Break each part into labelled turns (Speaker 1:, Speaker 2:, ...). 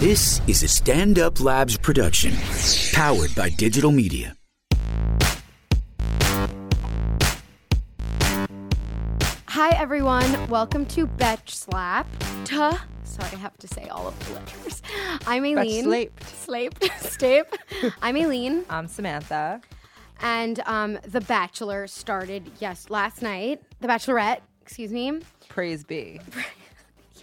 Speaker 1: This is a Stand Up Labs production, powered by digital media.
Speaker 2: Hi everyone, welcome to Betch Slap. Tuh. Sorry, I have to say all of the letters. I'm Aileen.
Speaker 3: Slaped.
Speaker 2: Slaped. Stape. I'm Aileen,
Speaker 3: I'm Samantha.
Speaker 2: and um, The Bachelor started yes last night. The Bachelorette, excuse me.
Speaker 3: Praise be.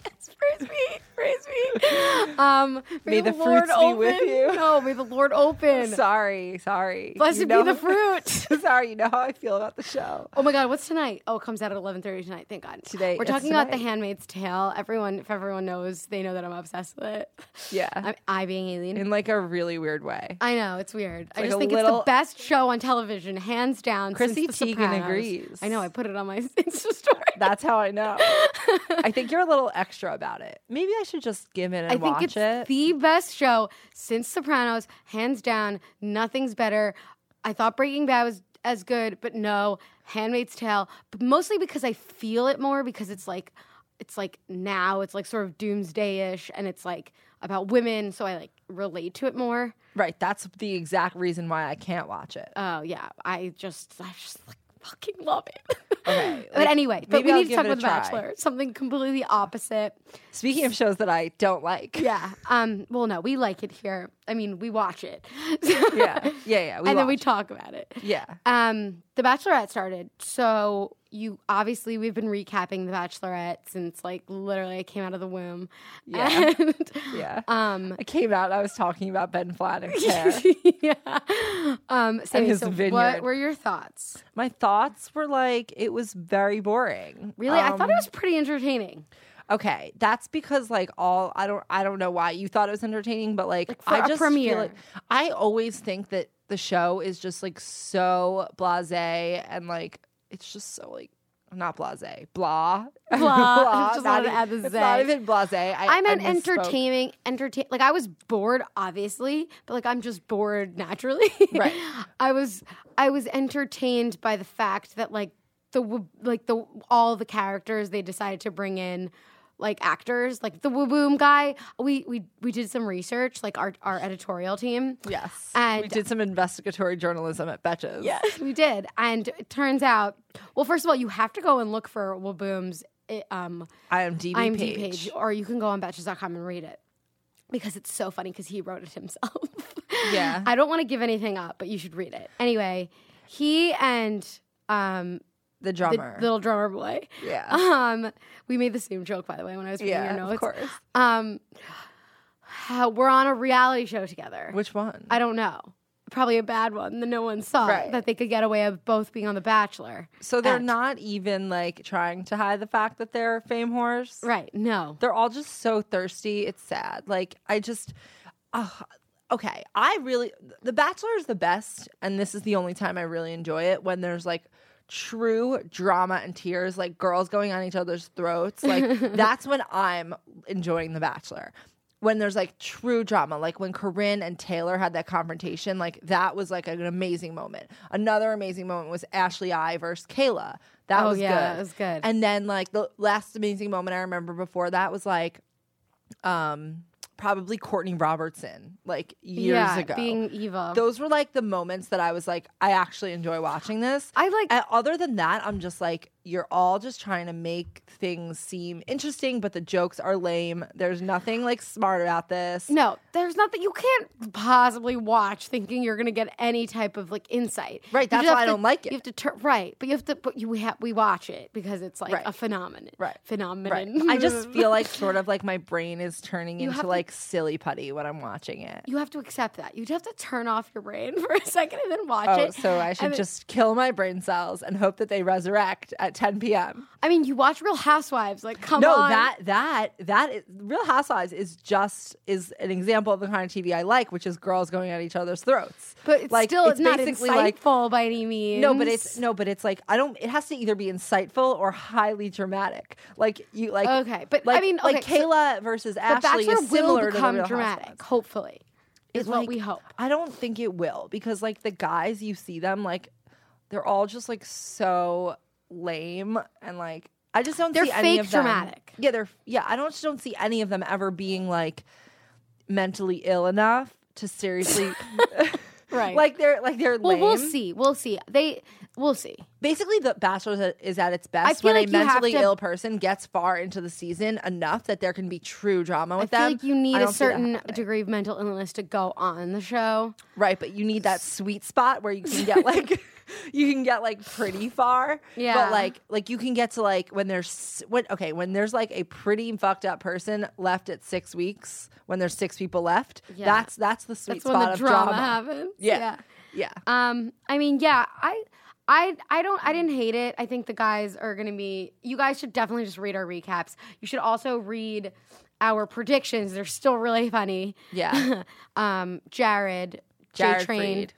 Speaker 2: Yes, praise me, praise me. Um,
Speaker 3: May the fruits be with
Speaker 2: open-
Speaker 3: you.
Speaker 2: No, may the Lord open.
Speaker 3: Sorry, sorry.
Speaker 2: Blessed
Speaker 3: You
Speaker 2: be
Speaker 3: know-
Speaker 2: the fruit.
Speaker 3: sorry, you know how I feel about the show.
Speaker 2: Oh my God! What's tonight? Oh, it comes out at eleven thirty tonight. Thank God.
Speaker 3: Today,
Speaker 2: we're
Speaker 3: it's
Speaker 2: talking about The
Speaker 3: tonight.
Speaker 2: Handmaid's Tale. Everyone, if everyone knows, they know that I'm obsessed with it.
Speaker 3: Yeah.
Speaker 2: I'm, I being alien.
Speaker 3: In like a really weird way.
Speaker 2: I know it's weird. I
Speaker 3: like
Speaker 2: just
Speaker 3: a
Speaker 2: think
Speaker 3: little-
Speaker 2: it's the best show on television, hands down.
Speaker 3: Chrissy
Speaker 2: since the
Speaker 3: Teigen
Speaker 2: Sopranos.
Speaker 3: agrees.
Speaker 2: I know. I put it on my Insta story.
Speaker 3: That's how I know. I think you're a little extra about it. Maybe I should just give in and
Speaker 2: I think
Speaker 3: watch
Speaker 2: it's
Speaker 3: it.
Speaker 2: the best show since Sopranos, hands down. Nothing's better. I thought Breaking Bad was as good, but no, Handmaid's Tale. But mostly because I feel it more because it's like it's like now, it's like sort of doomsday ish, and it's like about women, so I like relate to it more.
Speaker 3: right. That's the exact reason why I can't watch it.
Speaker 2: Oh yeah, I just I just like fucking love it.
Speaker 3: Okay,
Speaker 2: but
Speaker 3: like,
Speaker 2: anyway, but
Speaker 3: maybe
Speaker 2: we
Speaker 3: I'll
Speaker 2: need to
Speaker 3: give
Speaker 2: talk
Speaker 3: it a
Speaker 2: about The
Speaker 3: try.
Speaker 2: Bachelor. Something completely opposite.
Speaker 3: Speaking of shows that I don't like.
Speaker 2: Yeah. Um. Well, no, we like it here. I mean, we watch it.
Speaker 3: Yeah. Yeah. yeah,
Speaker 2: and then we
Speaker 3: watch.
Speaker 2: talk about it.
Speaker 3: Yeah.
Speaker 2: Um, The Bachelorette started. So you obviously we've been recapping The Bachelorette since like literally I came out of the womb.
Speaker 3: Yeah.
Speaker 2: And,
Speaker 3: Yeah.
Speaker 2: um.
Speaker 3: I came out and I was talking about Ben Flanagan's hair.
Speaker 2: yeah. Um. Sammy,
Speaker 3: his
Speaker 2: so
Speaker 3: vineyard.
Speaker 2: what were your thoughts?
Speaker 3: My thoughts were like it was very boring.
Speaker 2: Really, I thought
Speaker 3: Um,
Speaker 2: it was pretty entertaining.
Speaker 3: Okay, that's because like all I don't I don't know why you thought it was entertaining, but like,
Speaker 2: for
Speaker 3: I
Speaker 2: a
Speaker 3: just
Speaker 2: premiere.
Speaker 3: feel like I always think that the show is just like so blasé and like it's just so like not blasé, blah,
Speaker 2: Blah. Just
Speaker 3: not,
Speaker 2: wanted to
Speaker 3: even,
Speaker 2: add the
Speaker 3: it's not
Speaker 2: zay.
Speaker 3: even blasé. I,
Speaker 2: I, meant
Speaker 3: misspoke.
Speaker 2: entertaining, entertain. Like I was bored, obviously, but like I'm just bored naturally.
Speaker 3: Right.
Speaker 2: I was I was entertained by the fact that like the wo- like the all the characters they decided to bring in like actors like the Waboom guy. We we we did some research like our our editorial team.
Speaker 3: Yes, we
Speaker 2: And-
Speaker 3: did some investigatory journalism at Betches.
Speaker 2: Yes, we did. And it turns out, well, first of all, you have to go and look for Waboom's eh, um
Speaker 3: IMDb,
Speaker 2: IMDb
Speaker 3: page.
Speaker 2: page. or you can go on Betches.com and read it because it's so funny because he wrote it himself.
Speaker 3: Yeah.
Speaker 2: I don't want to give anything up, but you should read it anyway. He and um,
Speaker 3: the
Speaker 2: the
Speaker 3: drummer.
Speaker 2: little drummer boy.
Speaker 3: yeah,
Speaker 2: Um, we made the same joke by the way when I was reading
Speaker 3: yeah,
Speaker 2: your notes.
Speaker 3: of course.
Speaker 2: Um, how- we're on a reality show together.
Speaker 3: Which one?
Speaker 2: I don't know. Probably a bad one that no one saw
Speaker 3: Right.
Speaker 2: that they could get away with both being on The Bachelor.
Speaker 3: So they're
Speaker 2: And-
Speaker 3: not even like trying to hide the fact that they're fame whores.
Speaker 2: Right? No.
Speaker 3: They're all just so thirsty. It's sad. Like I just, ah, okay. I really, The Bachelor is the best, and this is the only time I really enjoy it when there's like true drama and tears, like girls going on each other's throats. Like that's when I'm enjoying The Bachelor. When there's like true drama, like when Corinne and Taylor had that confrontation, like that was like an amazing moment. Another amazing moment was Ashley I versus Kayla. That
Speaker 2: Oh,
Speaker 3: was
Speaker 2: yeah,
Speaker 3: good.
Speaker 2: it was good.
Speaker 3: And then like the last amazing moment I remember before that was like um probably Courtney Robertson like years
Speaker 2: yeah,
Speaker 3: ago.
Speaker 2: being evil.
Speaker 3: Those were like the moments that I was like I actually enjoy watching this.
Speaker 2: I like
Speaker 3: And other than that, I'm just like you're all just trying to make things seem interesting, but the jokes are lame. There's nothing like smart about this.
Speaker 2: No, there's nothing you can't possibly watch thinking you're going to get any type of like insight.
Speaker 3: Right,
Speaker 2: You
Speaker 3: that's
Speaker 2: just
Speaker 3: why I
Speaker 2: have to-
Speaker 3: don't like it.
Speaker 2: You have to turn right, but you have to. But you have we watch it because it's like
Speaker 3: Right.
Speaker 2: a phenomenon.
Speaker 3: Right. Right.
Speaker 2: phenomenon.
Speaker 3: I just feel like sort of like my brain is turning into
Speaker 2: have to-
Speaker 3: like silly putty when I'm watching it.
Speaker 2: you have to accept that. You have to turn off your brain for a second and then watch
Speaker 3: Oh,
Speaker 2: it.
Speaker 3: so I should
Speaker 2: And-
Speaker 3: just kill my brain cells and hope that they resurrect at 10 p.m.
Speaker 2: I mean, you watch Real Housewives. Like, come
Speaker 3: no,
Speaker 2: on.
Speaker 3: that that that is, Real Housewives is just is an example of the kind of TV I like, which is girls going at each other's throats.
Speaker 2: But it's
Speaker 3: like,
Speaker 2: still it's
Speaker 3: it's
Speaker 2: not
Speaker 3: basically
Speaker 2: insightful
Speaker 3: like-
Speaker 2: by any means.
Speaker 3: No, but it's no, but it's like I don't. It has to either be insightful or highly dramatic. Like you, like
Speaker 2: Okay, but I
Speaker 3: like,
Speaker 2: mean,
Speaker 3: like
Speaker 2: okay, so-
Speaker 3: Kayla versus
Speaker 2: The
Speaker 3: Ashley
Speaker 2: Bachelor
Speaker 3: is similar
Speaker 2: will become
Speaker 3: to the Real
Speaker 2: dramatic.
Speaker 3: Housewives.
Speaker 2: Hopefully, is
Speaker 3: It,
Speaker 2: what
Speaker 3: like,
Speaker 2: we hope.
Speaker 3: I don't think it will because like the guys you see them like they're all just like so lame and like I just don't
Speaker 2: They're
Speaker 3: see any
Speaker 2: fake
Speaker 3: of them.
Speaker 2: dramatic.
Speaker 3: Yeah, they're yeah, I don't just don't see any of them ever being like mentally ill enough to seriously
Speaker 2: Right.
Speaker 3: like they're like they're
Speaker 2: well, we'll
Speaker 3: lame.
Speaker 2: see. We'll see. They, we'll see.
Speaker 3: Basically, the Bachelor is at its
Speaker 2: I
Speaker 3: best
Speaker 2: feel
Speaker 3: when
Speaker 2: like
Speaker 3: a
Speaker 2: you have
Speaker 3: mentally
Speaker 2: to-
Speaker 3: ill person gets far into the season enough that there can be true drama
Speaker 2: I
Speaker 3: with
Speaker 2: feel
Speaker 3: them.
Speaker 2: like you need
Speaker 3: I
Speaker 2: a
Speaker 3: don't see that
Speaker 2: certain
Speaker 3: happening.
Speaker 2: degree of mental illness to go on the show.
Speaker 3: right, but you need that sweet spot where you can get like you can get like pretty far.
Speaker 2: Yeah.
Speaker 3: but like like you can get to like when there's when okay when there's like a pretty fucked up person left at six weeks when there's six people left.
Speaker 2: Yeah.
Speaker 3: That's that's the sweet
Speaker 2: That's
Speaker 3: spot
Speaker 2: when the
Speaker 3: of
Speaker 2: drama, happens.
Speaker 3: Yeah. yeah.
Speaker 2: Um, I mean, yeah, I I I don't I didn't hate it. I think the guys are gonna be you guys should definitely just read our recaps. You should also read our predictions. They're still really funny.
Speaker 3: Yeah.
Speaker 2: um Jared,
Speaker 3: Jared
Speaker 2: J Train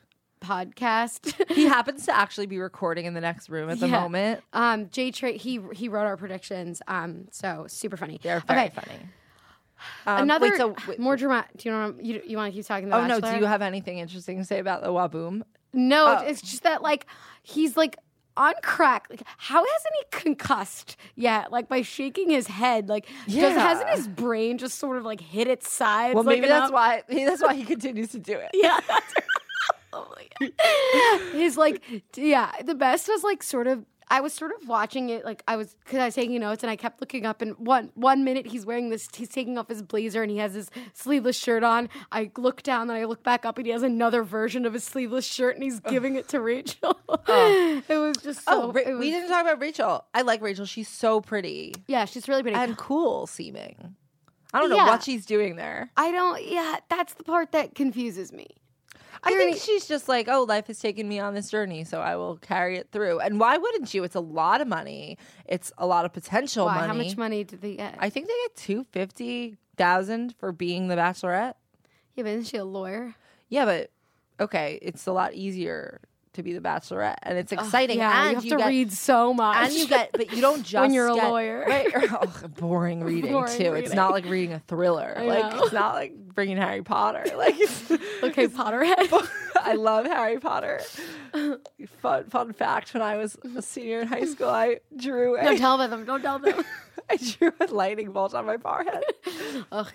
Speaker 3: Fried.
Speaker 2: podcast.
Speaker 3: He happens to actually be recording in the next room at the
Speaker 2: Yeah.
Speaker 3: moment.
Speaker 2: um J Train he he wrote our predictions. Um so super funny.
Speaker 3: They're very
Speaker 2: okay.
Speaker 3: funny. Um,
Speaker 2: Another
Speaker 3: wait, so wait,
Speaker 2: more dramatic. Do you know? What I'm, you you want to keep talking?
Speaker 3: Oh
Speaker 2: about
Speaker 3: no! Do you oh. have anything interesting to say about the Waboom?
Speaker 2: No, it's just that like he's like on crack. Like how hasn't he concussed yet? Like by shaking his head. Like does,
Speaker 3: Yeah.
Speaker 2: hasn't his brain just sort of like hit its sides?
Speaker 3: Well, maybe
Speaker 2: like,
Speaker 3: that's
Speaker 2: enough?
Speaker 3: why maybe that's why he continues to do it.
Speaker 2: Yeah. that's- oh my god. His like d- yeah. The best was like sort of. I was sort of watching it, like I was, because I was taking notes, and I kept looking up. And one one minute he's wearing this, he's taking off his blazer, and he has his sleeveless shirt on. I look down, and I look back up, and he has another version of his sleeveless shirt, and he's giving it to Rachel. It was just so.
Speaker 3: Oh, Ra-
Speaker 2: it was-
Speaker 3: we didn't talk about Rachel. I like Rachel. She's so pretty
Speaker 2: yeah, she's really pretty.
Speaker 3: and cool seeming. I don't know
Speaker 2: Yeah.
Speaker 3: what she's doing there.
Speaker 2: I don't. Yeah, that's the part that confuses me.
Speaker 3: I think she's just like, oh, life has taken me on this journey, so I will carry it through. And why wouldn't you? It's a lot of money. It's a lot of potential
Speaker 2: Why?
Speaker 3: Oh, money.
Speaker 2: How much money did they get?
Speaker 3: I think they get two fifty thousand for being the Bachelorette.
Speaker 2: yeah, but isn't she a lawyer?
Speaker 3: Yeah, but okay, it's a lot easier to be the Bachelorette, and it's exciting.
Speaker 2: Yeah,
Speaker 3: and
Speaker 2: you have to
Speaker 3: get,
Speaker 2: read so much.
Speaker 3: and you get, but you don't just
Speaker 2: When you're a
Speaker 3: get-
Speaker 2: lawyer.
Speaker 3: Right, oh, boring reading
Speaker 2: Boring
Speaker 3: too. It's
Speaker 2: reading.
Speaker 3: not like reading a thriller. like
Speaker 2: know.
Speaker 3: it's not like bringing Harry Potter. Like it's,
Speaker 2: Okay, Potterhead.
Speaker 3: I love Harry Potter. Fun fun fact: When I was a senior in high school, I drew a I
Speaker 2: Don't tell them. Don't tell them.
Speaker 3: drew a lightning bolt on my forehead.
Speaker 2: Ugh,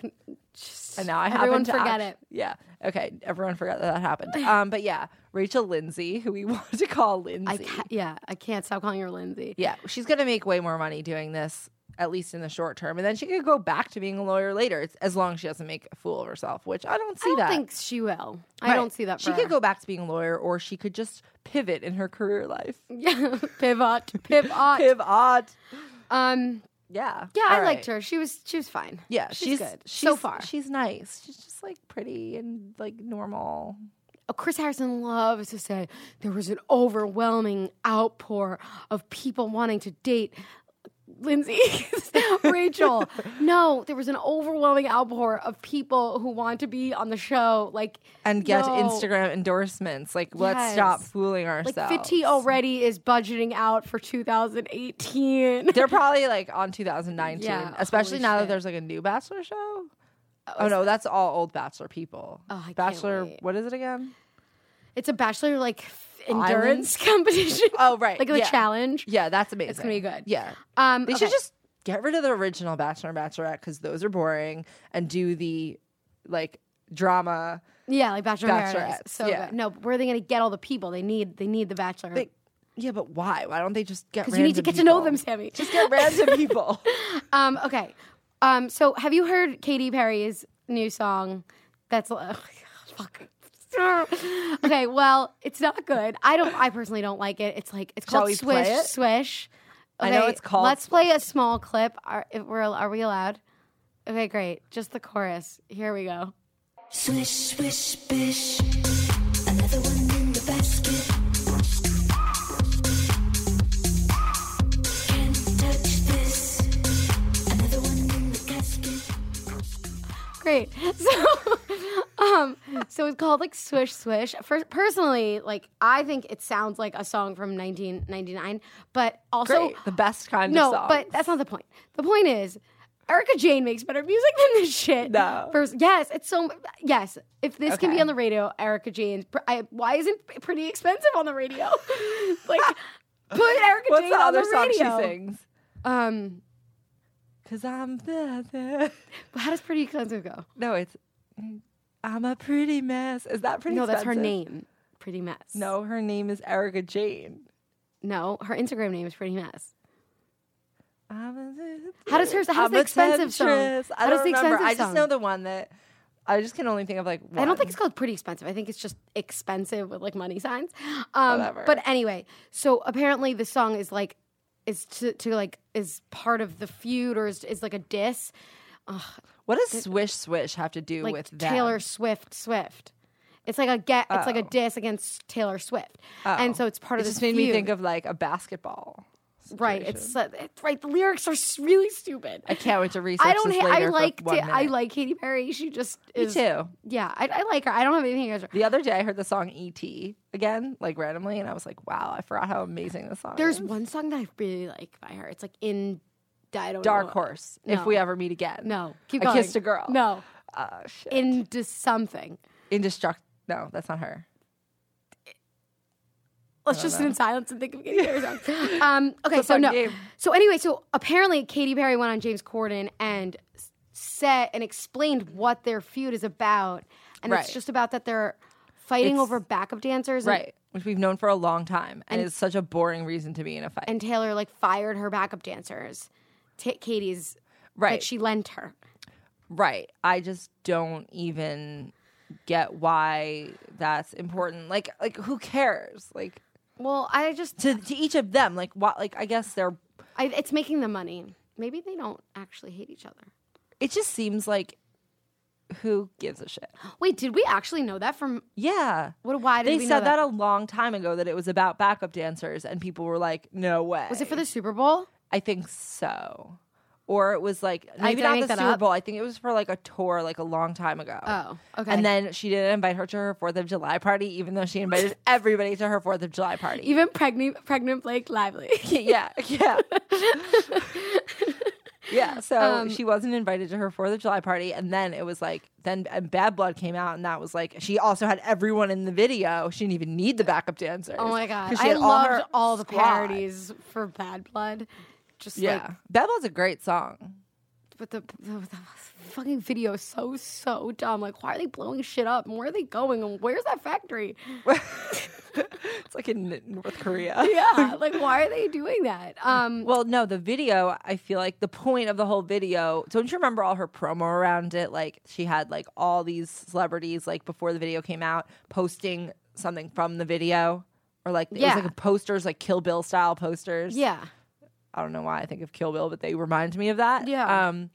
Speaker 2: just-
Speaker 3: And now I
Speaker 2: everyone
Speaker 3: happen to
Speaker 2: forget
Speaker 3: act-
Speaker 2: it.
Speaker 3: Yeah. Okay. Everyone forgot that that happened. Um. But yeah, Rachel Lindsay, who we wanted to call
Speaker 2: I
Speaker 3: Lindsay.
Speaker 2: ca yeah, I can't stop calling her Lindsay.
Speaker 3: yeah, she's gonna make way more money doing this, at least in the short term, and then she could go back to being a lawyer later, it's, as long as she doesn't make a fool of herself. Which I don't
Speaker 2: I
Speaker 3: see
Speaker 2: don't
Speaker 3: that.
Speaker 2: think she will. I
Speaker 3: Right.
Speaker 2: don't see that.
Speaker 3: She
Speaker 2: for
Speaker 3: could
Speaker 2: her.
Speaker 3: go back to being a lawyer, or she could just pivot in her career life.
Speaker 2: Yeah, pivot, pivot.
Speaker 3: Pivot.
Speaker 2: Um,
Speaker 3: Yeah.
Speaker 2: yeah, I
Speaker 3: All
Speaker 2: liked
Speaker 3: right.
Speaker 2: her. She was she was fine.
Speaker 3: Yeah,
Speaker 2: she's, good so
Speaker 3: she's-
Speaker 2: far.
Speaker 3: She's nice. She's just like pretty and like normal.
Speaker 2: Oh, Chris Harrison loves to say there was an overwhelming outpour of people wanting to date Lindsay, Rachel. No, there was an overwhelming outpour of people who want to be on the show. Like
Speaker 3: and get
Speaker 2: no.
Speaker 3: Instagram endorsements. Like, let's
Speaker 2: Yes.
Speaker 3: stop fooling
Speaker 2: Like
Speaker 3: ourselves.
Speaker 2: Fifty already is budgeting out for 2018.
Speaker 3: They're probably like on 2019,
Speaker 2: Yeah,
Speaker 3: especially
Speaker 2: holy
Speaker 3: now that
Speaker 2: shit.
Speaker 3: there's like a new Bachelor show. Oh no, that's all old Bachelor people.
Speaker 2: Oh, I can't
Speaker 3: Bachelor,
Speaker 2: wait.
Speaker 3: what is it again?
Speaker 2: It's a bachelor like f- endurance competition.
Speaker 3: Oh, right,
Speaker 2: like a
Speaker 3: yeah.
Speaker 2: challenge.
Speaker 3: Yeah, that's amazing. It's
Speaker 2: gonna be good.
Speaker 3: Yeah,
Speaker 2: Um,
Speaker 3: they
Speaker 2: okay.
Speaker 3: should just get rid of the original Bachelor and Bachelorette because those are boring, and do the like drama.
Speaker 2: yeah, like bachelor in Paradise.
Speaker 3: Bachelorettes,
Speaker 2: So
Speaker 3: yeah.
Speaker 2: good. no, but where are they going to get all the people? They need they need the bachelor
Speaker 3: They- yeah, but why? Why don't they just get?
Speaker 2: because you need to
Speaker 3: random
Speaker 2: get to know
Speaker 3: people?
Speaker 2: them, Sammy.
Speaker 3: Just get random people.
Speaker 2: Um, okay. Um, so have you heard Katy Perry's new song? That's ugh, fuck. okay, well, it's not good. I don't. I personally don't like it. It's like it's
Speaker 3: Shall
Speaker 2: called
Speaker 3: we play
Speaker 2: Swish
Speaker 3: it?
Speaker 2: Swish.
Speaker 3: I know it's called
Speaker 2: Let's play a small clip. Are if we're are we allowed? Okay, great. Just the chorus. Here we go.
Speaker 4: Swish, swish, bish. Another one in the basket. Can't touch this. Another one in the casket.
Speaker 2: Great. So, um, so it's called like Swish Swish. First, personally, like I think it sounds like a song from 1999, but also
Speaker 3: Great, the best kind
Speaker 2: No,
Speaker 3: of song.
Speaker 2: but that's not the point. The point is, Erica Jane makes better music than this shit.
Speaker 3: No.
Speaker 2: First, yes, it's so. Yes, if this can be
Speaker 3: Okay.
Speaker 2: on the radio, Erica Jane's. pr- I, why isn't it pretty expensive on the radio? like, put Erica
Speaker 3: what's
Speaker 2: Jane
Speaker 3: the
Speaker 2: on
Speaker 3: other
Speaker 2: the
Speaker 3: song
Speaker 2: radio.
Speaker 3: she sings?
Speaker 2: Um,
Speaker 3: Cause I'm the, the-
Speaker 2: how does Pretty Expensive go?
Speaker 3: no, it's I'm a pretty mess. Is that pretty?
Speaker 2: No, that's her
Speaker 3: Expensive?
Speaker 2: name. Pretty mess.
Speaker 3: No, her name is Erica Jane.
Speaker 2: No, her Instagram name is Pretty Mess.
Speaker 3: I'm a-
Speaker 2: How does hers- how's
Speaker 3: I'm
Speaker 2: the
Speaker 3: a
Speaker 2: expensive song?
Speaker 3: temptress. I
Speaker 2: How
Speaker 3: don't
Speaker 2: does the
Speaker 3: remember.
Speaker 2: expensive
Speaker 3: I just
Speaker 2: song?
Speaker 3: know the one that I just can only think of like. One.
Speaker 2: I don't think it's called pretty expensive. I think it's just expensive with like money signs. Um,
Speaker 3: Whatever.
Speaker 2: but anyway, so apparently the song is like is to, to like is part of the feud or is, is like a diss,
Speaker 3: What does swish swish have to do
Speaker 2: like
Speaker 3: with them?
Speaker 2: Taylor Swift Swift. It's like a get. It's like a diss against Taylor Swift, and so it's part
Speaker 3: Oh. It
Speaker 2: of this
Speaker 3: just made me
Speaker 2: feud.
Speaker 3: think of like a basketball.
Speaker 2: right. It's, uh, it's right. The lyrics are s- really stupid.
Speaker 3: I can't wait to research.
Speaker 2: I don't.
Speaker 3: This
Speaker 2: ha-
Speaker 3: later
Speaker 2: I
Speaker 3: for
Speaker 2: like.
Speaker 3: one
Speaker 2: Ta- I
Speaker 3: minute.
Speaker 2: like Katy Perry. She just
Speaker 3: Me
Speaker 2: is.
Speaker 3: too.
Speaker 2: Yeah, I, I like her. I don't have anything against her.
Speaker 3: The other day, I heard the song "E.T." again, like randomly, and I was like, "Wow, I forgot how amazing this song
Speaker 2: There's
Speaker 3: is."
Speaker 2: one song that I really like by her. It's like in I don't
Speaker 3: "Dark
Speaker 2: know.
Speaker 3: Horse."
Speaker 2: No.
Speaker 3: If we ever meet again,
Speaker 2: No, keep
Speaker 3: I
Speaker 2: going.
Speaker 3: kissed a girl.
Speaker 2: No,
Speaker 3: Uh, shit.
Speaker 2: into something.
Speaker 3: Indestruct. No, that's not her.
Speaker 2: Let's just sit in silence and think of Katy Perry's song. Um, okay,
Speaker 3: It's a
Speaker 2: so
Speaker 3: fun
Speaker 2: no.
Speaker 3: game.
Speaker 2: So anyway, so apparently Katy Perry went on James Corden and s- said and explained what their feud is about, and
Speaker 3: Right.
Speaker 2: it's just about that they're fighting
Speaker 3: It's-
Speaker 2: over backup dancers, and-
Speaker 3: Right. Which we've known for a long time, and, it's such a boring reason to be in a fight.
Speaker 2: And Taylor like fired her backup dancers, Ta Katie's
Speaker 3: right.
Speaker 2: that she lent her.
Speaker 3: right. I just don't even get why that's important. Like, like who cares? Like
Speaker 2: Well, I just
Speaker 3: to to each of them. Like what? Like I guess they're.
Speaker 2: I, it's making them money. Maybe they don't actually hate each other.
Speaker 3: It just seems like who gives a shit?
Speaker 2: Wait, did we actually know that from
Speaker 3: Yeah.
Speaker 2: what? Why did
Speaker 3: They
Speaker 2: we know
Speaker 3: said that? a long time ago that it was about backup dancers, and people were like, "No way."
Speaker 2: was it for the Super Bowl?
Speaker 3: I think so. Or it was like maybe
Speaker 2: did I
Speaker 3: not
Speaker 2: make
Speaker 3: the
Speaker 2: that
Speaker 3: Super
Speaker 2: up?
Speaker 3: Bowl. I think it was for like a tour, like a long time ago.
Speaker 2: Oh, okay.
Speaker 3: And then she didn't invite her to her Fourth of July party, even though she invited everybody to her Fourth of July party.
Speaker 2: even pregnant, pregnant Blake Lively.
Speaker 3: yeah, yeah, yeah. So
Speaker 2: Um,
Speaker 3: she wasn't invited to her Fourth of July party, and then it was like then and Bad Blood came out, and that was like she also had everyone in the video. She didn't even need the backup dancers.
Speaker 2: oh my god,
Speaker 3: 'Cause she
Speaker 2: I
Speaker 3: had all her
Speaker 2: loved all, the
Speaker 3: squad.
Speaker 2: parodies for Bad Blood. Just
Speaker 3: Yeah,
Speaker 2: like,
Speaker 3: Bad Blood's a great song.
Speaker 2: but the, the, the fucking video is so so dumb. Like, why are they blowing shit up? And where are they going? And where's that factory?
Speaker 3: it's like in North Korea.
Speaker 2: Yeah, like why are they doing that? Um,
Speaker 3: Well, no, the video, I feel like the point of the whole video, don't you remember all her promo around it? Like she had like all these celebrities like before the video came out posting something from the video or like it
Speaker 2: Yeah.
Speaker 3: was like posters like Kill Bill style posters.
Speaker 2: yeah,
Speaker 3: I don't know why I think of Kill Bill, but they remind me of that.
Speaker 2: Yeah.
Speaker 3: Um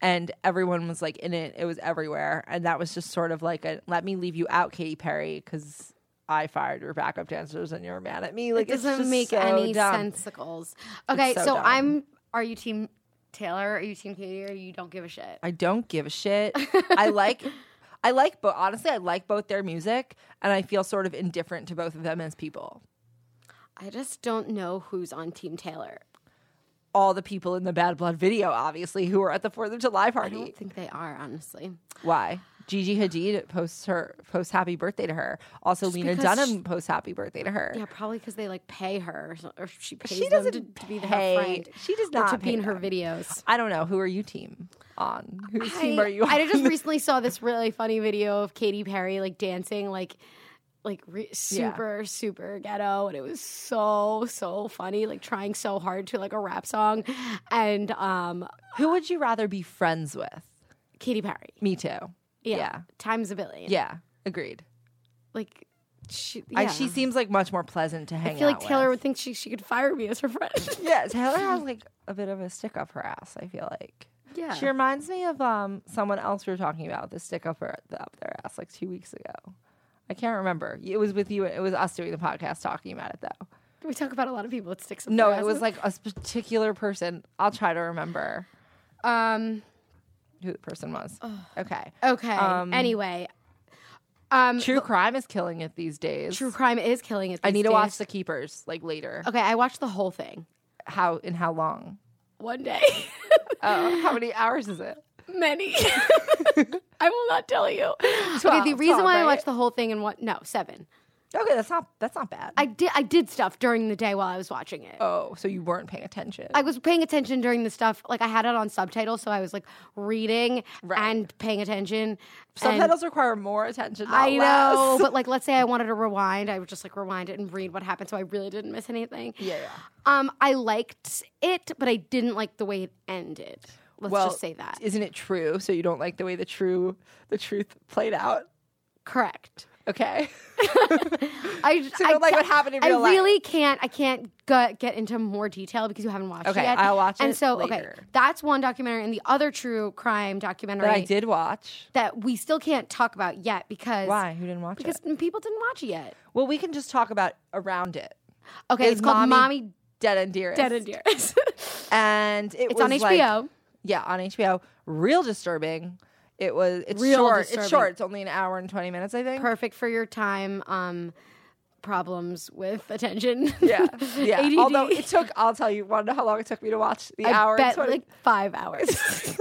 Speaker 3: and everyone was like in it. It was everywhere. And that was just sort of like a let me leave you out, Katy Perry, because I fired your backup dancers and you're mad at me. Like
Speaker 2: it
Speaker 3: it's
Speaker 2: doesn't
Speaker 3: just
Speaker 2: make
Speaker 3: so
Speaker 2: any
Speaker 3: dumb.
Speaker 2: sensicals. Okay,
Speaker 3: so
Speaker 2: so,
Speaker 3: dumb.
Speaker 2: I'm. Are you team Taylor? Are you team Katie? Or you don't give a shit?
Speaker 3: I don't give a shit. I like I like but honestly I like both their music and I feel sort of indifferent to both of them as people.
Speaker 2: I just don't know who's on team Taylor.
Speaker 3: All the people in the Bad Blood video obviously who are at the 4th of July
Speaker 2: I
Speaker 3: party.
Speaker 2: don't think they are, honestly.
Speaker 3: Why? Gigi Hadid posts her posts happy birthday to her. Also Lena
Speaker 2: because
Speaker 3: Dunham posts happy birthday to her.
Speaker 2: Yeah, probably because they like pay her, or so- or she pays
Speaker 3: She
Speaker 2: them
Speaker 3: doesn't
Speaker 2: to, to be her
Speaker 3: pay-
Speaker 2: friend.
Speaker 3: she does
Speaker 2: or to
Speaker 3: not
Speaker 2: be in
Speaker 3: pay
Speaker 2: her
Speaker 3: them.
Speaker 2: videos.
Speaker 3: I don't know. Who are you team on? Whose team
Speaker 2: I-
Speaker 3: are you on?
Speaker 2: I just recently saw this really funny video of Katy Perry like dancing, like like re- super super ghetto, and it was so so funny, like trying so hard to like a rap song, and um
Speaker 3: who would you rather be friends with?
Speaker 2: Katy Perry,
Speaker 3: Me too.
Speaker 2: yeah,
Speaker 3: Yeah.
Speaker 2: times a billion,
Speaker 3: Yeah. Agreed.
Speaker 2: like she, yeah.
Speaker 3: I- she seems like much more pleasant to hang
Speaker 2: I feel like
Speaker 3: out
Speaker 2: Taylor
Speaker 3: with.
Speaker 2: would think she she could fire me as her friend.
Speaker 3: Yeah, Taylor has like a bit of a stick up her ass. I feel like.
Speaker 2: Yeah.
Speaker 3: She reminds me of um someone else we were talking about the stick up her the, up their ass like two weeks ago. I can't remember. It was with you. It was us doing the podcast talking about it though.
Speaker 2: we talk about a lot of people. It sticks. up
Speaker 3: No,
Speaker 2: their
Speaker 3: it was
Speaker 2: asses.
Speaker 3: like a s- particular person. I'll try to remember
Speaker 2: um
Speaker 3: who the person was. Okay.
Speaker 2: okay. anyway, um,
Speaker 3: True crime is killing it these days.
Speaker 2: true crime is killing it.
Speaker 3: I
Speaker 2: these
Speaker 3: need to
Speaker 2: days.
Speaker 3: watch The Keepers like later.
Speaker 2: Okay, I watched the whole thing
Speaker 3: How in how long?
Speaker 2: one day.
Speaker 3: Oh, how many hours is it?
Speaker 2: Many. I will not tell you. okay, the
Speaker 3: Twelve,
Speaker 2: reason
Speaker 3: twelve,
Speaker 2: why I
Speaker 3: right?
Speaker 2: watched the whole thing and what no, seven.
Speaker 3: Okay, that's not that's not bad.
Speaker 2: I did I did stuff during the day while I was watching it.
Speaker 3: oh, so you weren't paying attention.
Speaker 2: I was paying attention during the stuff. Like I had it on subtitles, so I was like reading and paying attention. and-
Speaker 3: Subtitles require more attention. Not
Speaker 2: I know,
Speaker 3: less.
Speaker 2: but like, let's say I wanted to rewind, I would just like rewind it and read what happened, so I really didn't miss anything.
Speaker 3: Yeah, yeah.
Speaker 2: Um, I liked it, but I didn't like the way it ended. Let's
Speaker 3: well,
Speaker 2: just say that.
Speaker 3: Isn't it true? So you don't like the way the true the truth played out.
Speaker 2: Correct.
Speaker 3: Okay.
Speaker 2: I,
Speaker 3: So you don't
Speaker 2: I
Speaker 3: like
Speaker 2: ca-
Speaker 3: what happened in
Speaker 2: I
Speaker 3: real life.
Speaker 2: really can't. I can't go, get into more detail because you haven't watched
Speaker 3: Okay,
Speaker 2: it yet.
Speaker 3: I'll watch
Speaker 2: And
Speaker 3: it
Speaker 2: so, okay,
Speaker 3: later.
Speaker 2: that's one documentary, and the other true crime documentary
Speaker 3: That I did watch.
Speaker 2: that we still can't talk about yet because
Speaker 3: Why? Who didn't watch
Speaker 2: Because
Speaker 3: it?
Speaker 2: people didn't watch it yet.
Speaker 3: Well, we can just talk about around it.
Speaker 2: Okay,
Speaker 3: Is
Speaker 2: it's called
Speaker 3: Mommy
Speaker 2: "Mommy
Speaker 3: Dead and Dearest.
Speaker 2: Dead and Dearest."
Speaker 3: And it
Speaker 2: it's
Speaker 3: was
Speaker 2: on
Speaker 3: like-
Speaker 2: HBO.
Speaker 3: yeah, on HBO. Real disturbing. It was. It's
Speaker 2: Real
Speaker 3: short.
Speaker 2: disturbing.
Speaker 3: It's short. It's only an hour and twenty minutes, I think.
Speaker 2: perfect for your time um problems with attention
Speaker 3: Yeah, yeah.
Speaker 2: ADD.
Speaker 3: Although it took, I'll tell you, want to know how long it took me to watch the
Speaker 2: I
Speaker 3: hour? and
Speaker 2: bet
Speaker 3: 20
Speaker 2: like five hours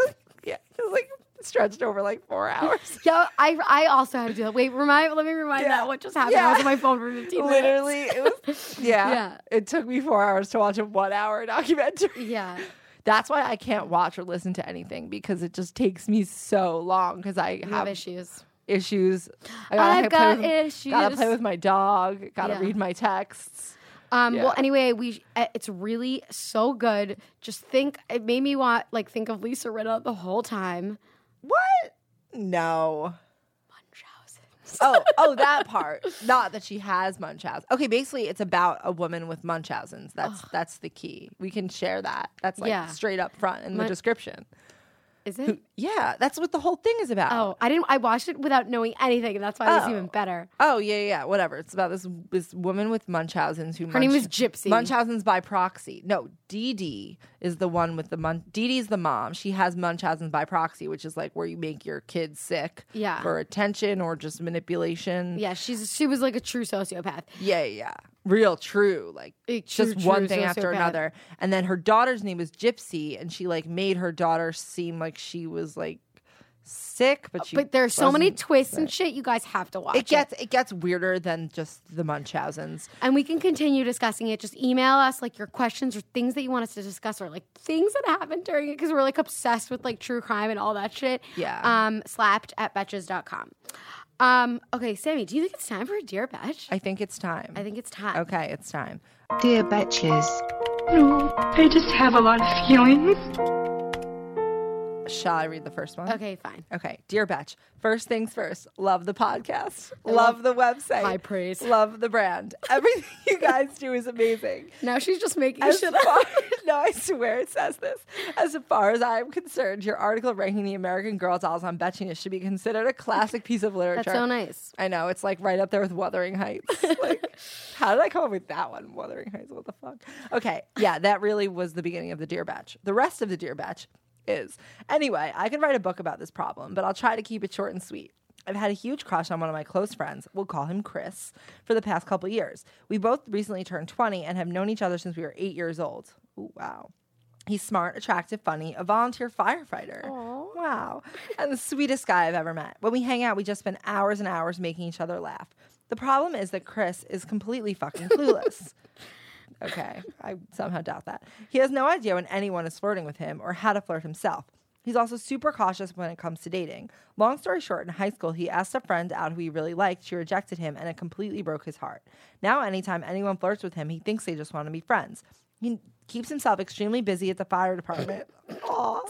Speaker 3: yeah, it was like stretched over like four hours.
Speaker 2: yeah i i also had to do that wait remind let me remind
Speaker 3: Yeah.
Speaker 2: that what just happened i
Speaker 3: Yeah.
Speaker 2: was on my phone for 15 minutes
Speaker 3: Literally, it was. Yeah,
Speaker 2: Yeah.
Speaker 3: It took me four hours to watch a one-hour documentary.
Speaker 2: yeah
Speaker 3: That's why I can't watch or listen to anything because it just takes me so long because I
Speaker 2: you
Speaker 3: have
Speaker 2: have issues
Speaker 3: issues. I
Speaker 2: I've got
Speaker 3: play with, Gotta play
Speaker 2: issues.
Speaker 3: with my dog. Gotta
Speaker 2: Yeah.
Speaker 3: read my texts.
Speaker 2: um well
Speaker 3: Yeah.
Speaker 2: anyway we uh, it's really so good just think it made me want like think of lisa rinna the whole time
Speaker 3: What? No. oh, oh, that part. Not that she has Munchausen. Okay, basically, it's about a woman with Munchausen's. That's that's the key. We can share that. That's like
Speaker 2: Yeah.
Speaker 3: straight up front in
Speaker 2: Mun-
Speaker 3: the description.
Speaker 2: is it
Speaker 3: Yeah, that's what the whole thing is about.
Speaker 2: oh i didn't i watched it without knowing anything and that's why it was
Speaker 3: Oh.
Speaker 2: even better
Speaker 3: Oh yeah, yeah, whatever. It's about this this woman with Munchausen's who
Speaker 2: Her name is Gypsy.
Speaker 3: Munchausen's by proxy. No, Dee Dee is the one with the Mun. Dee Dee's the mom. She has Munchausen's by proxy, which is like where you make your kids sick,
Speaker 2: Yeah.
Speaker 3: for attention or just manipulation.
Speaker 2: yeah she's she was like a true sociopath
Speaker 3: yeah, yeah. Real true, like
Speaker 2: A true,
Speaker 3: just one
Speaker 2: true
Speaker 3: thing after
Speaker 2: sociopath.
Speaker 3: another. And then her daughter's name was Gypsy, and she like made her daughter seem like she was like sick, but she
Speaker 2: Uh, But there's so many
Speaker 3: wasn't.
Speaker 2: twists and shit. You guys have to watch it.
Speaker 3: It gets it gets weirder than just the Munchausens.
Speaker 2: and we can continue discussing it. Just email us like your questions or things that you want us to discuss or like things that happened during it because we're like obsessed with like true crime and all that shit.
Speaker 3: Yeah.
Speaker 2: Um, slapped at betches.com. Um, okay, Sammy, do you think it's time for a dear betch?
Speaker 3: I think it's time.
Speaker 2: I think it's time.
Speaker 3: okay, it's time.
Speaker 5: Dear Betches,
Speaker 6: No, I just have a lot of feelings.
Speaker 3: Shall I read the first one?
Speaker 2: Okay, fine.
Speaker 3: Okay, dear Betch. First things first. Love the podcast.
Speaker 2: love
Speaker 3: Love, the website.
Speaker 2: high praise.
Speaker 3: Love the brand. Everything you guys do is amazing.
Speaker 2: Now she's just making
Speaker 3: As
Speaker 2: shit
Speaker 3: far,
Speaker 2: up.
Speaker 3: no, I swear it says this. As far as I am concerned, your article ranking the American Girl dolls on Betchiness should be considered a classic piece of literature.
Speaker 2: That's so nice.
Speaker 3: I know it's like right up there with Wuthering Heights. Like, how did I come up with that one? Wuthering Heights. What the fuck? Okay, yeah, that really was the beginning of the Deer Batch. The rest of the Deer Batch is anyway. I could write a book about this problem, but I'll try to keep it short and sweet. I've had a huge crush on one of my close friends. We'll call him Chris for the past couple years. We both recently turned twenty and have known each other since we were eight years old. Ooh, wow. He's smart, attractive, funny, a volunteer firefighter. Wow. And the sweetest guy I've ever met. When we hang out, we just spend hours and hours making each other laugh. The problem is that Chris is completely fucking clueless. Okay. I somehow doubt that. He has no idea when anyone is flirting with him or how to flirt himself. He's also super cautious when it comes to dating. Long story short, in high school, he asked a friend out who he really liked. She rejected him, and it completely broke his heart. Now, anytime anyone flirts with him, he thinks they just want to be friends. He keeps himself extremely busy at the fire department. Aw,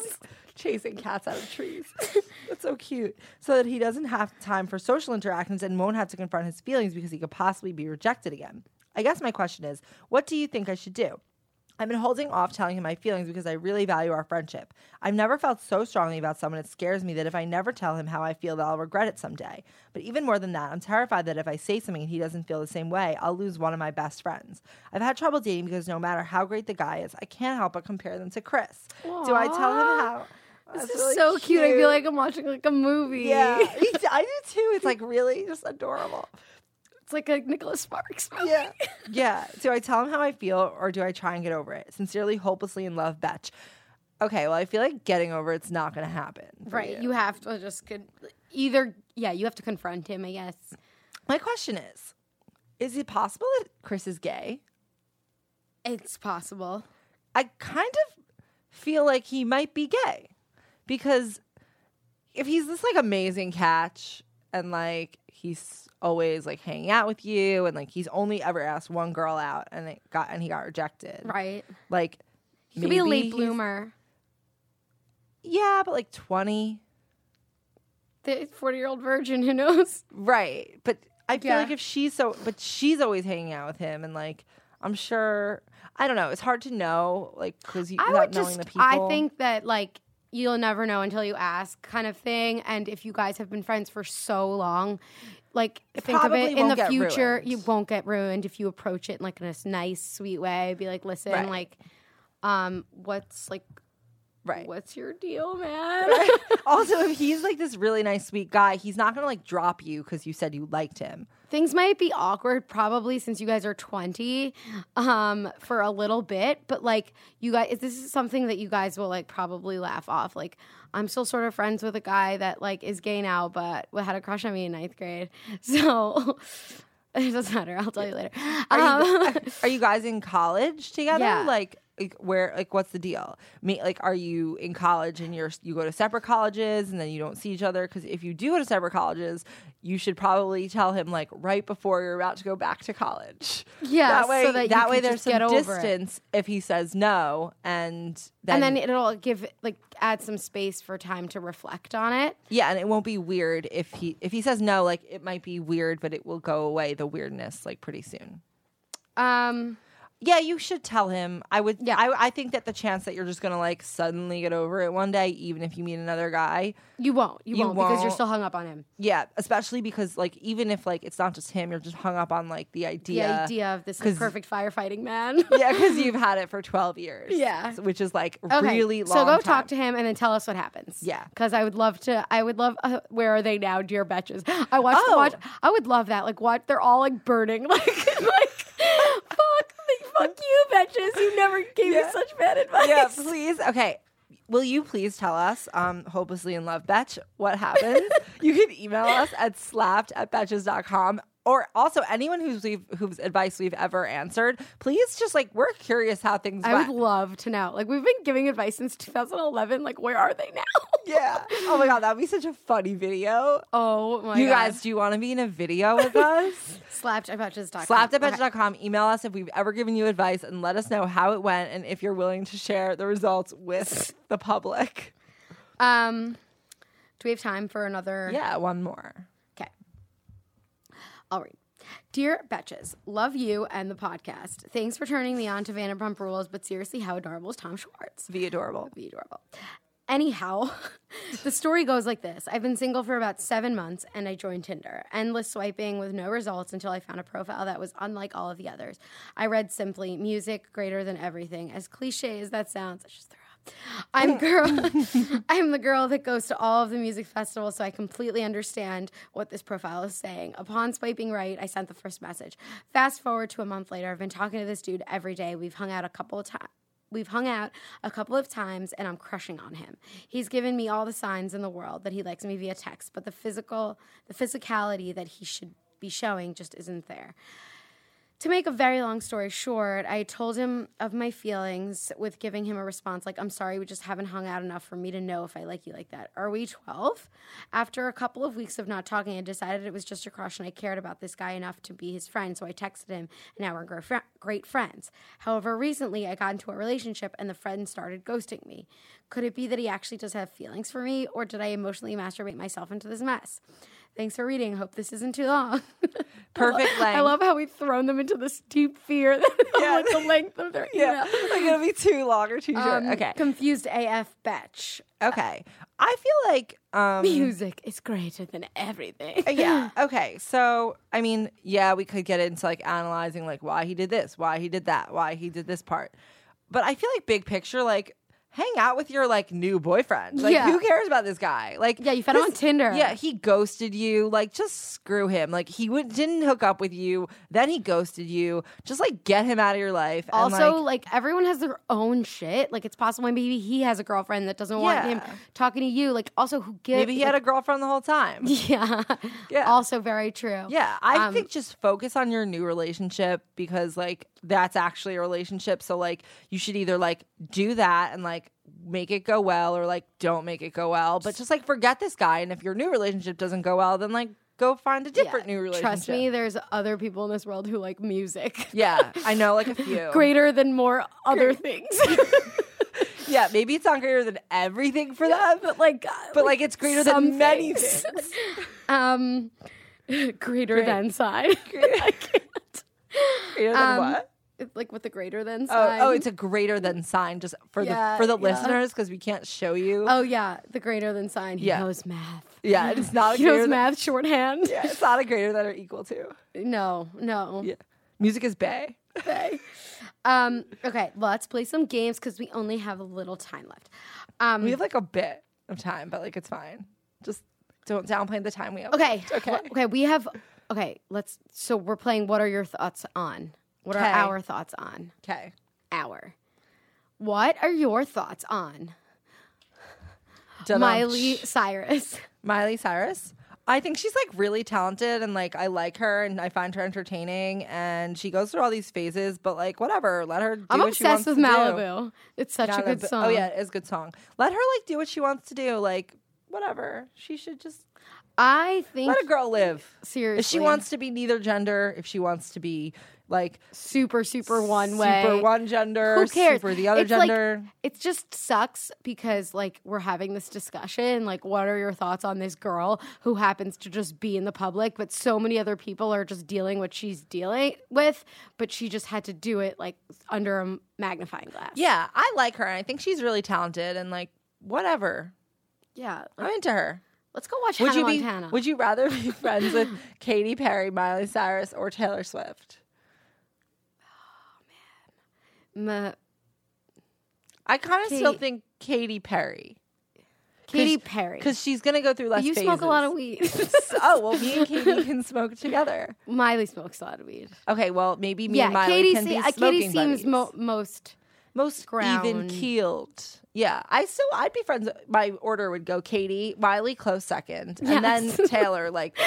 Speaker 3: chasing cats out of trees. That's so cute. So that he doesn't have time for social interactions and won't have to confront his feelings because he could possibly be rejected again. I guess my question is what do you think I should do? I've been holding off telling him my feelings because I really value our friendship. I've never felt so strongly about someone, it scares me that if I never tell him how I feel, that I'll regret it someday. But even more than that, I'm terrified that if I say something and he doesn't feel the same way, I'll lose one of my best friends. I've had trouble dating because no matter how great the guy is, I can't help but compare them to Chris. Do I tell him how? That's
Speaker 2: This
Speaker 3: really
Speaker 2: is so cute. I feel like I'm watching like a movie.
Speaker 3: yeah, I do too. It's like really just adorable.
Speaker 2: It's like a Nicholas Sparks movie.
Speaker 3: Yeah. yeah. Do I tell him how I feel or do I try and get over it? Sincerely, hopelessly in love, Betch. Okay, well, I feel like getting over it's not going to happen. for
Speaker 2: Right. You have to just could either yeah, you have to confront him, I guess.
Speaker 3: My question is Is it possible that Chris is gay?
Speaker 2: It's possible.
Speaker 3: I kind of feel like he might be gay because if he's this like amazing catch and like he's always like hanging out with you and like he's only ever asked one girl out and it got and he got rejected.
Speaker 2: Right.
Speaker 3: Like
Speaker 2: He could be a
Speaker 3: maybe
Speaker 2: late
Speaker 3: he's-
Speaker 2: bloomer.
Speaker 3: Yeah, but like 20.
Speaker 2: The 40 year old virgin, who knows?
Speaker 3: Right. But I feel
Speaker 2: Yeah.
Speaker 3: like if she's so, but she's always hanging out with him, and like I'm sure, I don't know. It's hard to know, like because you
Speaker 2: I
Speaker 3: without
Speaker 2: would
Speaker 3: knowing
Speaker 2: just,
Speaker 3: the people.
Speaker 2: I think that like you'll never know until you ask kind of thing. And if you guys have been friends for so long, like think of
Speaker 3: probably
Speaker 2: it in
Speaker 3: won't
Speaker 2: the
Speaker 3: get
Speaker 2: future,
Speaker 3: ruined.
Speaker 2: you won't get ruined if you approach it in like in a s- nice, sweet way. Be like, listen,
Speaker 3: Right.
Speaker 2: like, um, what's like,
Speaker 3: right.
Speaker 2: what's your deal, man?
Speaker 3: also, if he's like this really nice, sweet guy, he's not gonna like drop you because you said you liked him.
Speaker 2: Things might be awkward probably since you guys are 20 um, for a little bit, but like you guys, this is something that you guys will like probably laugh off. Like, I'm still sort of friends with a guy that like is gay now, but had a crush on me in ninth grade. So it doesn't matter. I'll tell you later.
Speaker 3: Are,
Speaker 2: Um,
Speaker 3: you, are you guys in college together?
Speaker 2: Yeah.
Speaker 3: Like, like, where? Like, what's the deal? Me, like, are you in college and you're you go to separate colleges and then you don't see each other? Because if you do go to separate colleges, you should probably tell him like right before you're about to go back to college.
Speaker 2: Yeah,
Speaker 3: that
Speaker 2: so
Speaker 3: way,
Speaker 2: that you can
Speaker 3: way
Speaker 2: just
Speaker 3: there's some
Speaker 2: get over it.
Speaker 3: distance if he says no, and then,
Speaker 2: and then it'll give like add some space for time to reflect on it.
Speaker 3: yeah, and it won't be weird if he if he says no. Like, it might be weird, but it will go away the weirdness like pretty soon.
Speaker 2: Um,
Speaker 3: Yeah, you should tell him. I would. Yeah,
Speaker 2: Yeah.
Speaker 3: I, I think that the chance that you're just gonna like suddenly get over it one day, even if you meet another guy.
Speaker 2: you won't. You,
Speaker 3: You
Speaker 2: won't, because you're
Speaker 3: won't.
Speaker 2: still hung up on him.
Speaker 3: Yeah, especially because like even if like it's not just him, you're just hung up on like the
Speaker 2: The
Speaker 3: idea.
Speaker 2: idea of this
Speaker 3: 'Cause-
Speaker 2: perfect firefighting man.
Speaker 3: Yeah, because you've had it for twelve years.
Speaker 2: Yeah.
Speaker 3: which is like
Speaker 2: Okay.
Speaker 3: really long.
Speaker 2: So go
Speaker 3: time.
Speaker 2: talk to him and then tell us what happens.
Speaker 3: Yeah.
Speaker 2: because I would love to. I would love. Uh, where are they now, dear betches? I watched.
Speaker 3: Oh.
Speaker 2: Watch, I would love that. Like what? They're all like burning. Like like fuck. Like, fuck you, betches. You never gave me such bad advice.
Speaker 3: Yeah, please. Okay. Will you please tell us, um, hopelessly in love, Betch, what happens? you can email us at slapped at betches.com or also anyone who's we've, whose advice we've ever answered. Please just like, we're curious how things
Speaker 2: I
Speaker 3: went.
Speaker 2: would love to know. Like we've been giving advice since 2011. Like where are they now?
Speaker 3: yeah. Oh my God, that'd be such a funny video.
Speaker 2: Oh my
Speaker 3: you
Speaker 2: God.
Speaker 3: guys, do you want to be in a video with us?
Speaker 2: slapped at betches.
Speaker 3: slapped at betches.com. Email us if we've ever given you advice and let us know how it went and if you're willing to share the results with the public.
Speaker 2: Um, do we have time for another?
Speaker 3: Yeah, one more.
Speaker 2: Okay. All right. Dear Betches, love you and the podcast. Thanks for turning me on to Vanderpump Rules, but seriously, how adorable is Tom Schwartz?
Speaker 3: Be adorable.
Speaker 2: Be adorable. Anyhow, the story goes like this I've been single for about seven months and I joined Tinder. Endless swiping with no results until I found a profile that was unlike all of the others. I read simply, music greater than everything. As cliche as that sounds, I just threw up. I'm girl. I'm the girl that goes to all of the music festivals, so I completely understand what this profile is saying. Upon swiping right, I sent the first message. Fast forward to a month later, I've been talking to this dude every day. We've hung out a couple of times. We've hung out a couple of times and I'm crushing on him. He's given me all the signs in the world that he likes me via text, but the physical the physicality that he should be showing just isn't there. To make a very long story short, I told him of my feelings with giving him a response like, I'm sorry, we just haven't hung out enough for me to know if I like you like that. Are we 12? After a couple of weeks of not talking, I decided it was just a crush and I cared about this guy enough to be his friend, so I texted him, and now we're gr- fr- great friends. However, recently I got into a relationship and the friend started ghosting me. Could it be that he actually does have feelings for me, or did I emotionally masturbate myself into this mess? Thanks for reading. Hope this isn't too long.
Speaker 3: Perfect length.
Speaker 2: I love how we've thrown them into this deep fear that like the length of their
Speaker 3: Yeah,
Speaker 2: email.
Speaker 3: like it'll be too long or too short.
Speaker 2: Um,
Speaker 3: okay,
Speaker 2: Confused AF Betch.
Speaker 3: okay. I feel like um,
Speaker 2: Music is greater than everything.
Speaker 3: Uh, yeah. Okay, so I mean, yeah, we could get into like analyzing like why he did this, why he did that, why he did this part, but I feel like big picture, like hang out with your like new boyfriend. Like
Speaker 2: Yeah.
Speaker 3: who cares about this guy? Like
Speaker 2: Yeah, you found him
Speaker 3: this-
Speaker 2: on Tinder.
Speaker 3: Yeah, he ghosted you. Like just screw him. Like he would, didn't hook up with you. Then he ghosted you. Just like get him out of your life. and,
Speaker 2: Also,
Speaker 3: like,
Speaker 2: like, everyone has their own shit. Like it's possible maybe he has a girlfriend that doesn't want him
Speaker 3: Yeah.
Speaker 2: talking to you. Like also who gives
Speaker 3: maybe he had a girlfriend the whole time.
Speaker 2: Yeah.
Speaker 3: Yeah.
Speaker 2: Also very true.
Speaker 3: Yeah, I
Speaker 2: Um,
Speaker 3: think just focus on your new relationship because like that's actually a relationship. So like you should either like do that and like make it go well or like don't make it go well. But just like forget this guy and if your new relationship doesn't go well, then like go find a
Speaker 2: Yeah.
Speaker 3: different new relationship.
Speaker 2: Trust me, there's other people in this world who like music.
Speaker 3: Yeah, I know like a few.
Speaker 2: Greater than more other things.
Speaker 3: Yeah, maybe it's not greater than everything for them, but like
Speaker 2: like
Speaker 3: but like it's greater than
Speaker 2: some
Speaker 3: many
Speaker 2: things.
Speaker 3: things.
Speaker 2: um greater than sign. I can't.
Speaker 3: Greater than
Speaker 2: Um,
Speaker 3: what?
Speaker 2: It's like with the greater than
Speaker 3: Oh,
Speaker 2: sign.
Speaker 3: oh, it's a greater than sign just for
Speaker 2: Yeah,
Speaker 3: the for the
Speaker 2: yeah.
Speaker 3: listeners because we can't show you.
Speaker 2: Oh yeah, the greater than sign. He
Speaker 3: Yeah.
Speaker 2: knows math.
Speaker 3: Yeah, it's not a
Speaker 2: He
Speaker 3: greater
Speaker 2: knows
Speaker 3: than
Speaker 2: math shorthand.
Speaker 3: Yeah, it's not a greater than or equal to. Mm-hmm.
Speaker 2: No, no.
Speaker 3: Yeah. Music is bay.
Speaker 2: Um, okay, let's play some games because we only have a little time left. Um,
Speaker 3: We have like a bit of time, but like it's fine. Just don't downplay the time we have.
Speaker 2: okay,
Speaker 3: left, Okay.
Speaker 2: wh- okay. We have okay. Let's. So we're playing. What are your thoughts on? What
Speaker 3: Okay.
Speaker 2: are our thoughts on?
Speaker 3: Okay.
Speaker 2: Our. What are your thoughts on
Speaker 3: Dun-dun.
Speaker 2: Miley Cyrus?
Speaker 3: Miley Cyrus. I think she's like really talented and like I like her and I find her entertaining and she goes through all these phases, but like whatever, let her do
Speaker 2: I'm
Speaker 3: what she wants
Speaker 2: obsessed with
Speaker 3: to do.
Speaker 2: Malibu. It's such a good
Speaker 3: Malibu-
Speaker 2: song.
Speaker 3: Oh yeah, it is a good song. Let her like do what she wants to do, like whatever. She should just
Speaker 2: I think
Speaker 3: let a girl live.
Speaker 2: seriously.
Speaker 3: If she wants to be neither gender, if she wants to be like
Speaker 2: super super one way.
Speaker 3: super one gender,
Speaker 2: Who cares?
Speaker 3: super the other
Speaker 2: It's like-
Speaker 3: gender.
Speaker 2: it just sucks because like we're having this discussion like what are your thoughts on this girl who happens to just be in the public but so many other people are just dealing what she's dealing with but she just had to do it like under a magnifying glass
Speaker 3: yeah, I like her. and I think she's really talented and like whatever.
Speaker 2: yeah
Speaker 3: I'm into her.
Speaker 2: let's go watch
Speaker 3: Would
Speaker 2: Hannah
Speaker 3: you be?
Speaker 2: Montana
Speaker 3: Would you rather be friends with Katy Perry, Miley Cyrus, or Taylor Swift?
Speaker 2: M-
Speaker 3: I kind of still
Speaker 2: Kate-
Speaker 3: think Katy Perry
Speaker 2: Katy Perry
Speaker 3: because she's gonna go through less.
Speaker 2: you smoke a lot of
Speaker 3: phases.
Speaker 2: weed
Speaker 3: oh well, me and Katie can smoke together.
Speaker 2: Miley smokes a lot of weed
Speaker 3: Okay, well maybe me
Speaker 2: yeah
Speaker 3: and Miley
Speaker 2: Katie,
Speaker 3: can be
Speaker 2: se- uh,
Speaker 3: smoking
Speaker 2: Katie seems
Speaker 3: buddies.
Speaker 2: mo- most
Speaker 3: most even
Speaker 2: ground.
Speaker 3: keeled. Yeah, I still I'd be friends. My order would go Katie, Miley close second, and then
Speaker 2: Yes.
Speaker 3: Taylor. Like,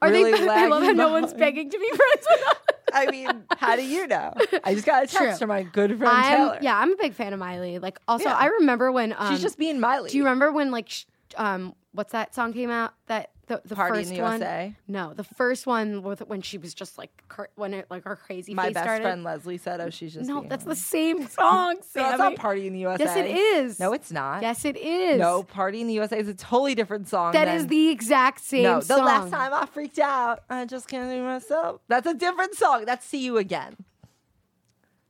Speaker 2: are
Speaker 3: really
Speaker 2: they I love how
Speaker 3: lagging
Speaker 2: no one's
Speaker 3: behind.
Speaker 2: begging to be friends with us
Speaker 3: I mean, how do you know? I just got a text
Speaker 2: True.
Speaker 3: from my good friend Taylor.
Speaker 2: I'm, yeah, I'm a big fan of Miley. Like, also,
Speaker 3: Yeah.
Speaker 2: I remember when um,
Speaker 3: she's just being Miley.
Speaker 2: Do you remember when like sh- um, what's that song came out? That the, the
Speaker 3: Party in
Speaker 2: first
Speaker 3: the
Speaker 2: one?
Speaker 3: USA?
Speaker 2: No, the first one with when she was just like cur- when it like her crazy
Speaker 3: my
Speaker 2: face
Speaker 3: best
Speaker 2: started.
Speaker 3: friend Leslie said, "Oh, she's just
Speaker 2: no,
Speaker 3: being
Speaker 2: that's the
Speaker 3: Miley."
Speaker 2: same song.
Speaker 3: no, it's
Speaker 2: Sammy.
Speaker 3: not Party in the USA.
Speaker 2: Yes, it is.
Speaker 3: No, it's not.
Speaker 2: Yes, it is.
Speaker 3: no, Party in the USA is a totally different song.
Speaker 2: that is
Speaker 3: than-
Speaker 2: the exact same
Speaker 3: no. The
Speaker 2: song.
Speaker 3: last time I freaked out, I just can't do myself. That's a different song. That's "See You Again."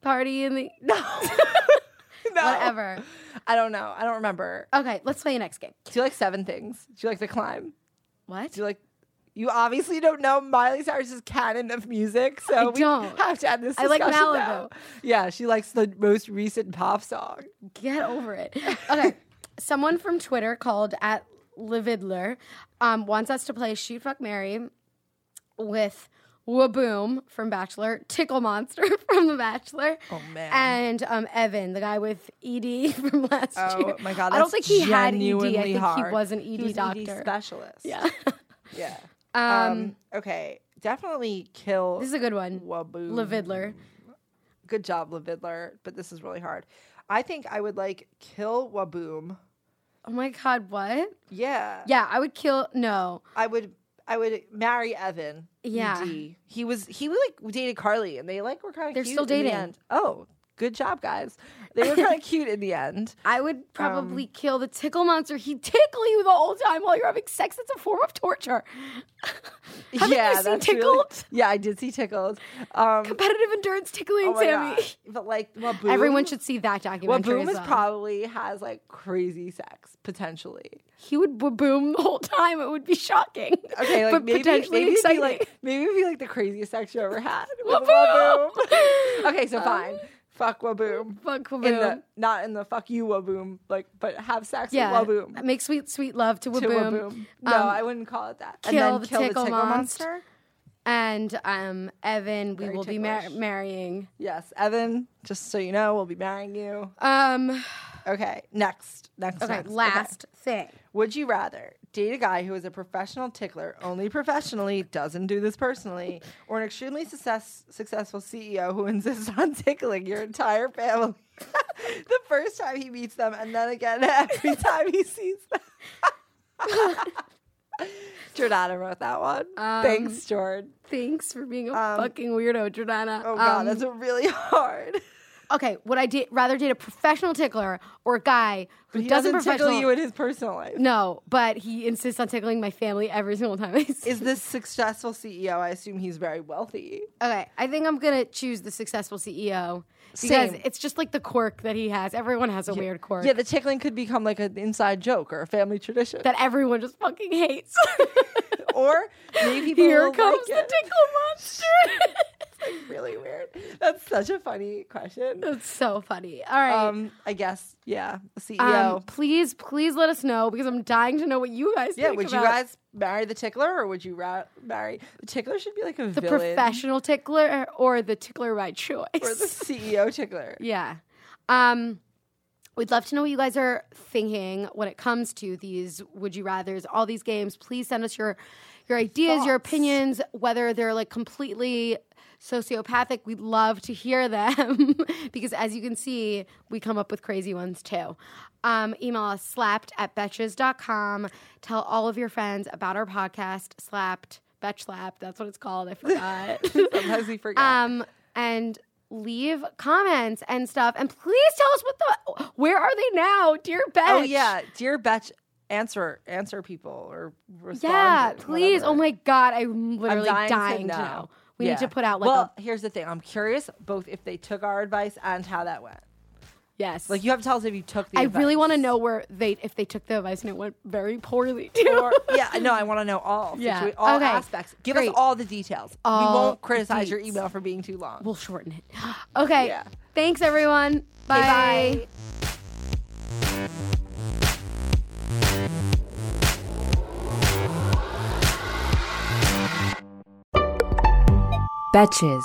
Speaker 2: Party in the
Speaker 3: No, no,
Speaker 2: whatever.
Speaker 3: I don't know. I don't remember.
Speaker 2: Okay, let's play a next game.
Speaker 3: Do you like seven things? Do you like to climb?
Speaker 2: What?
Speaker 3: Do you like? You obviously don't know Miley Cyrus's canon of music, so we
Speaker 2: don't.
Speaker 3: have to end this.
Speaker 2: I like
Speaker 3: discussion
Speaker 2: Malibu.
Speaker 3: now. Yeah, she likes the most recent pop song.
Speaker 2: Get over it. Okay. Someone from Twitter called at Lividler um, wants us to play Shoot Fuck Mary with Waboom from Bachelor, Tickle Monster from The Bachelor,
Speaker 3: Oh man.
Speaker 2: and um, Evan, the guy with ED from last
Speaker 3: Oh
Speaker 2: year.
Speaker 3: my god!
Speaker 2: I don't think
Speaker 3: that's
Speaker 2: he had ED. I
Speaker 3: genuinely
Speaker 2: think
Speaker 3: hard.
Speaker 2: he was an ED
Speaker 3: He was an E
Speaker 2: doctor.
Speaker 3: specialist.
Speaker 2: yeah.
Speaker 3: yeah.
Speaker 2: Um,
Speaker 3: Um, okay, definitely kill.
Speaker 2: this is a good one.
Speaker 3: Waboom.
Speaker 2: Lividler.
Speaker 3: Good job, Lavidler. But this is really hard. I think I would like kill Waboom.
Speaker 2: Oh my God, what?
Speaker 3: Yeah.
Speaker 2: Yeah, I would kill. No.
Speaker 3: I would I would marry Evan.
Speaker 2: Yeah.
Speaker 3: ED. He was he was like dated Carly and they like were kind of
Speaker 2: They're
Speaker 3: cute
Speaker 2: still
Speaker 3: in the
Speaker 2: dating.
Speaker 3: end. Oh, good job guys. They were kind of cute in the end.
Speaker 2: I would probably kill the tickle monster. He tickle you the whole time while you're having sex. It's a form of torture. Haven't
Speaker 3: yeah,
Speaker 2: you seen
Speaker 3: that's really-
Speaker 2: tickled?
Speaker 3: yeah, I did see tickled. Um
Speaker 2: Competitive endurance tickling,
Speaker 3: oh my
Speaker 2: Sammy.
Speaker 3: God. But like Waboom,
Speaker 2: Everyone should see that documentary.
Speaker 3: Waboom
Speaker 2: as
Speaker 3: is
Speaker 2: well.
Speaker 3: probably has like crazy sex potentially.
Speaker 2: he would boom the whole time. It would be shocking.
Speaker 3: Okay, like
Speaker 2: but
Speaker 3: maybe,
Speaker 2: potentially
Speaker 3: maybe it'd be
Speaker 2: exciting.
Speaker 3: like maybe it'd be like the craziest sex you ever had. with
Speaker 2: Waboom!
Speaker 3: Waboom. okay, so fine. fuck waboom.
Speaker 2: Uh, Fuck
Speaker 3: In the,
Speaker 2: Waboom.
Speaker 3: not in the fuck you waboom, like but have sex
Speaker 2: Yeah.
Speaker 3: with waboom.
Speaker 2: Make sweet, sweet love to
Speaker 3: To
Speaker 2: Waboom.
Speaker 3: waboom. No,
Speaker 2: Um,
Speaker 3: I wouldn't call it that.
Speaker 2: Kill
Speaker 3: and then
Speaker 2: the
Speaker 3: kill
Speaker 2: Tickle
Speaker 3: the tickle monster.
Speaker 2: Monster. And um, Evan, we
Speaker 3: Very
Speaker 2: will be mar-
Speaker 3: ticklish.
Speaker 2: marrying.
Speaker 3: Yes, Evan. Just so you know, we'll be marrying you.
Speaker 2: Um,
Speaker 3: Okay, next, next,
Speaker 2: okay,
Speaker 3: next.
Speaker 2: last thing.
Speaker 3: Would you rather date a guy who is a professional tickler only professionally, doesn't do this personally, or an extremely success, successful CEO who insists on tickling your entire family the first time he meets them and then again every time he sees them? Jordana wrote that one. Thanks,
Speaker 2: Um,
Speaker 3: Jord.
Speaker 2: Thanks for being a fucking weirdo, Jordana.
Speaker 3: Um, Oh,
Speaker 2: Um,
Speaker 3: God, that's really hard.
Speaker 2: okay, would I date rather date a professional tickler or a guy who
Speaker 3: He
Speaker 2: doesn't,
Speaker 3: doesn't tickle
Speaker 2: professional-
Speaker 3: you in his personal life.
Speaker 2: no, but he insists on tickling my family every single time. I see-
Speaker 3: Is this successful CEO? I assume he's very wealthy.
Speaker 2: okay, I think I'm gonna choose the successful CEO because
Speaker 3: Same.
Speaker 2: it's just like the quirk that he has. Everyone has a weird quirk
Speaker 3: Yeah, the tickling could become like an inside joke or a family tradition.
Speaker 2: that everyone just fucking hates.
Speaker 3: or maybe people
Speaker 2: Here
Speaker 3: will
Speaker 2: comes
Speaker 3: like it.
Speaker 2: the tickle monster.
Speaker 3: It's really weird. That's such a funny question.
Speaker 2: That's so funny. All right.
Speaker 3: Um, I guess yeah, E a CEO.
Speaker 2: Um, please, please let us know because I'm dying to know what you guys
Speaker 3: yeah,
Speaker 2: think
Speaker 3: would you
Speaker 2: about
Speaker 3: guys marry the tickler or would you ra- marry the tickler? Should be like a
Speaker 2: the
Speaker 3: villain
Speaker 2: professional tickler or the tickler by choice.
Speaker 3: or the CEO E tickler.
Speaker 2: yeah. Um, we'd love to know what you guys are thinking when it comes to these would you rather's, all these games. Please send us your your ideas, your
Speaker 3: Thoughts.
Speaker 2: opinions, whether they're like completely sociopathic. We'd love to hear them because as you can see, we come up with crazy ones too. Um, email us slapped at betches.com. Tell all of your friends about our podcast, slapped, betch slapped. That's what it's called. I forgot.
Speaker 3: Sometimes we forget.
Speaker 2: um, and leave comments and stuff. And please tell us what the where are they now, dear Betch?
Speaker 3: oh yeah, dear Betch, answer answer people or respond.
Speaker 2: yeah.
Speaker 3: or
Speaker 2: Please, oh
Speaker 3: whatever.
Speaker 2: my god, I'm
Speaker 3: I'm
Speaker 2: literally dying, to, know. We
Speaker 3: Yeah.
Speaker 2: need to put out like
Speaker 3: well,
Speaker 2: a
Speaker 3: here's the thing. I'm curious both if they took our advice and how that went.
Speaker 2: yes.
Speaker 3: Like you have to tell us if you took the.
Speaker 2: I
Speaker 3: advice.
Speaker 2: really want to know where they if they took the advice and it went very poorly too.
Speaker 3: Or, yeah, no, I want to know all.
Speaker 2: Yeah.
Speaker 3: situa- all
Speaker 2: Okay.
Speaker 3: aspects. Give
Speaker 2: Great.
Speaker 3: us all the details. we
Speaker 2: All
Speaker 3: won't criticize your
Speaker 2: deets.
Speaker 3: email for being too long.
Speaker 2: we'll shorten it. Okay.
Speaker 3: Yeah.
Speaker 2: Thanks everyone. Bye.
Speaker 3: bye.
Speaker 5: Betches.